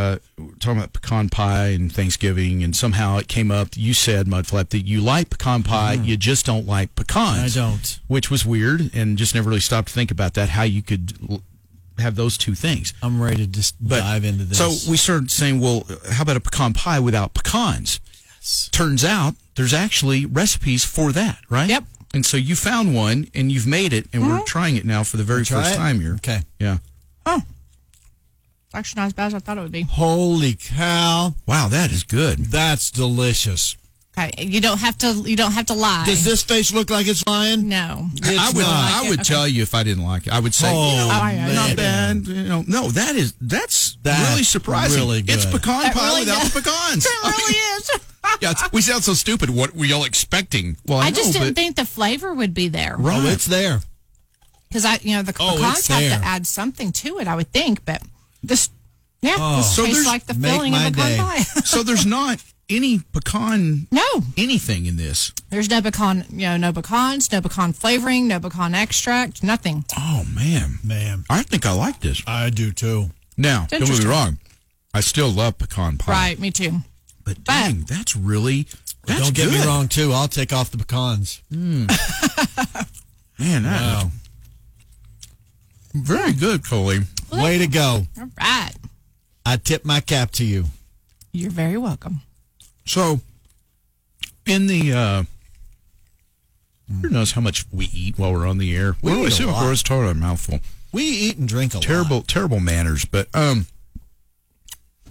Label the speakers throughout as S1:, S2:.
S1: uh, we're talking about pecan pie and Thanksgiving, and somehow it came up. You said Mudflap that you like pecan pie, you just don't like
S2: Mm-hmm. I
S1: pecans.
S2: don't.
S1: which was weird, and just never really stopped to think about that. How you could l- have those two things.
S2: I'm ready to just
S1: But
S2: dive into this.
S1: So we started saying, well, how about a pecan pie without pecans? Turns out there's actually recipes for that, right?
S2: Yep. Mm-hmm.
S1: And so you found one, and you've made it, and we're trying it now for the very
S2: Try
S1: first
S2: it?
S1: time here.
S2: Okay.
S1: Yeah.
S3: It's actually not as bad as I thought it would be.
S2: Holy cow,
S1: Wow, that is good.
S2: that's delicious.
S3: Okay, you don't have to. You don't have to lie.
S2: Does this face look like it's lying?
S3: no.
S2: It's
S1: I would,
S2: not.
S1: I would tell you if I didn't like it. I would say,
S2: Oh,
S1: you know,
S2: man.
S1: not bad. You know, no, that is that's
S2: That's
S1: really surprising.
S2: really
S1: It's
S2: good.
S1: pecan
S3: That
S1: pie
S3: really
S1: without
S3: does.
S1: the pecans.
S3: It really is.
S1: yeah, it's- we sound so stupid. What were y'all expecting? Well, I,
S3: I just
S1: know,
S3: didn't
S1: but-
S3: think the flavor would be there.
S2: Oh, it's there.
S3: Because I, you know, the
S2: Oh,
S3: pecans
S2: it's
S3: have
S2: there.
S3: to add something to it. I would think, but this, yeah, this
S1: So
S3: tastes
S1: there's-
S3: like the
S2: Oh. make
S3: filling of
S2: my
S3: a pecan
S2: day.
S3: pie.
S1: so there's not any pecan
S3: no,
S1: anything in this.
S3: there's no pecan. You know, no pecans, no pecan flavoring, no pecan extract, nothing.
S1: Oh man,
S2: Man,
S1: I think I like this.
S2: I do too.
S1: Now, don't get me
S3: interesting.
S1: wrong, I still love pecan pie.
S3: Right, me too.
S1: but dang, that's really that's
S2: don't get me
S1: good.
S2: wrong too. I'll take off the pecans.
S1: man. That is
S2: Wow.
S1: very good, Coley.
S2: Way to go.
S3: All right,
S2: I tip my cap to you.
S3: you're very welcome.
S1: So, in the uh, who knows how much we eat while we're on the air?
S2: We
S1: We're
S2: eat
S1: always
S2: a
S1: super
S2: lot.
S1: gross, totally mouthful.
S2: We eat and drink a lot.
S1: terrible, terrible manners. But um,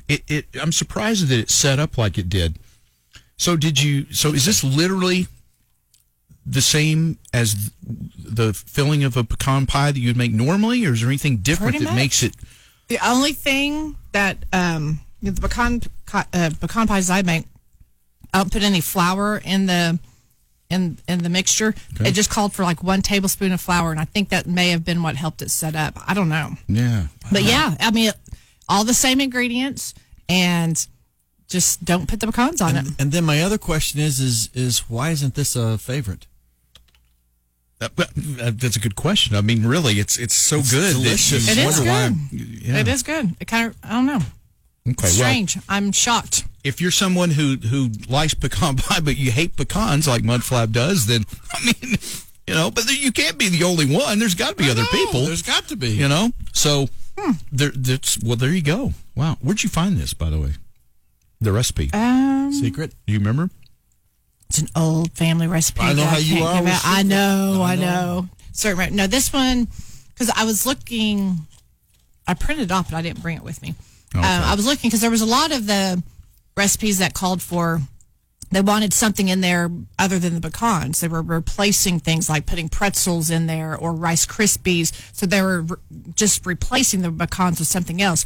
S1: it, it I'm surprised that it set up like it did. So did you? So is this literally the same as the filling of a pecan pie that you'd make normally, or is there anything different
S3: Pretty
S1: that
S3: much.
S1: makes it?
S3: The only thing that um, the pecan uh, pecan pies I make, I don't put any flour in the in in the mixture. It just called for like one tablespoon of flour, and I think that may have been what helped it set up. I don't know,
S1: Yeah.
S3: but yeah, I mean, it, all the same ingredients, and just don't put the pecans on it.
S2: And then my other question is is is why isn't this a favorite?
S1: Uh, but, uh, That's a good question. I mean, really, it's it's so good. that you
S2: delicious.
S3: It is
S1: wonder why-
S3: good.
S1: Yeah.
S3: It is good. It kind of I don't know.
S1: Okay, well,
S3: Strange. I'm shocked.
S1: if you're someone who who likes pecan pie but you hate pecans like Mudflap does, then I mean, you know, but you can't be the only one. There's got to be other people.
S2: Oh, got to be.
S1: you know, so there. That's well, there you go. Wow, where'd you find this, by the way? The recipe. Do
S3: Um,
S2: Secret.
S1: you remember?
S3: It's an old family recipe.
S2: I know
S3: that
S2: how you
S3: can't
S2: are
S3: give
S2: with
S3: out. I know, I know. Certain re- no, this one because I was looking. I printed it off, but I didn't bring it with me.
S2: Oh,
S3: Um, I was looking because there was a lot of the recipes that called for. They wanted something in there other than the pecans. They were replacing things like putting pretzels in there or Rice Krispies. So they were re- just replacing the pecans with something else.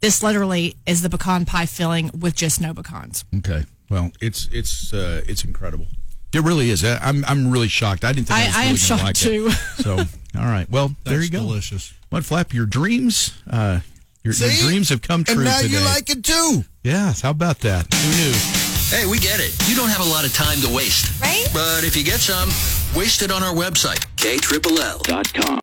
S3: This literally is the pecan pie filling with just no pecans.
S1: Okay. Well, it's it's uh, it's incredible. It really is. I, I'm I'm really shocked. I didn't think I,
S3: I-
S1: was
S3: I am
S1: really gonna
S3: shocked,
S1: like
S3: too.
S1: It. So, all right. Well, there you go.
S2: Delicious.
S1: Mudflap, your dreams, uh, your, your
S2: See?
S1: dreams have come true
S2: And now
S1: today.
S2: you like it too.
S1: yes. How about that?
S2: Who knew?
S4: Hey, we get it. You don't have a lot of time to waste.
S5: Right?
S4: But if you get some, waste it on our website, ktrill.com.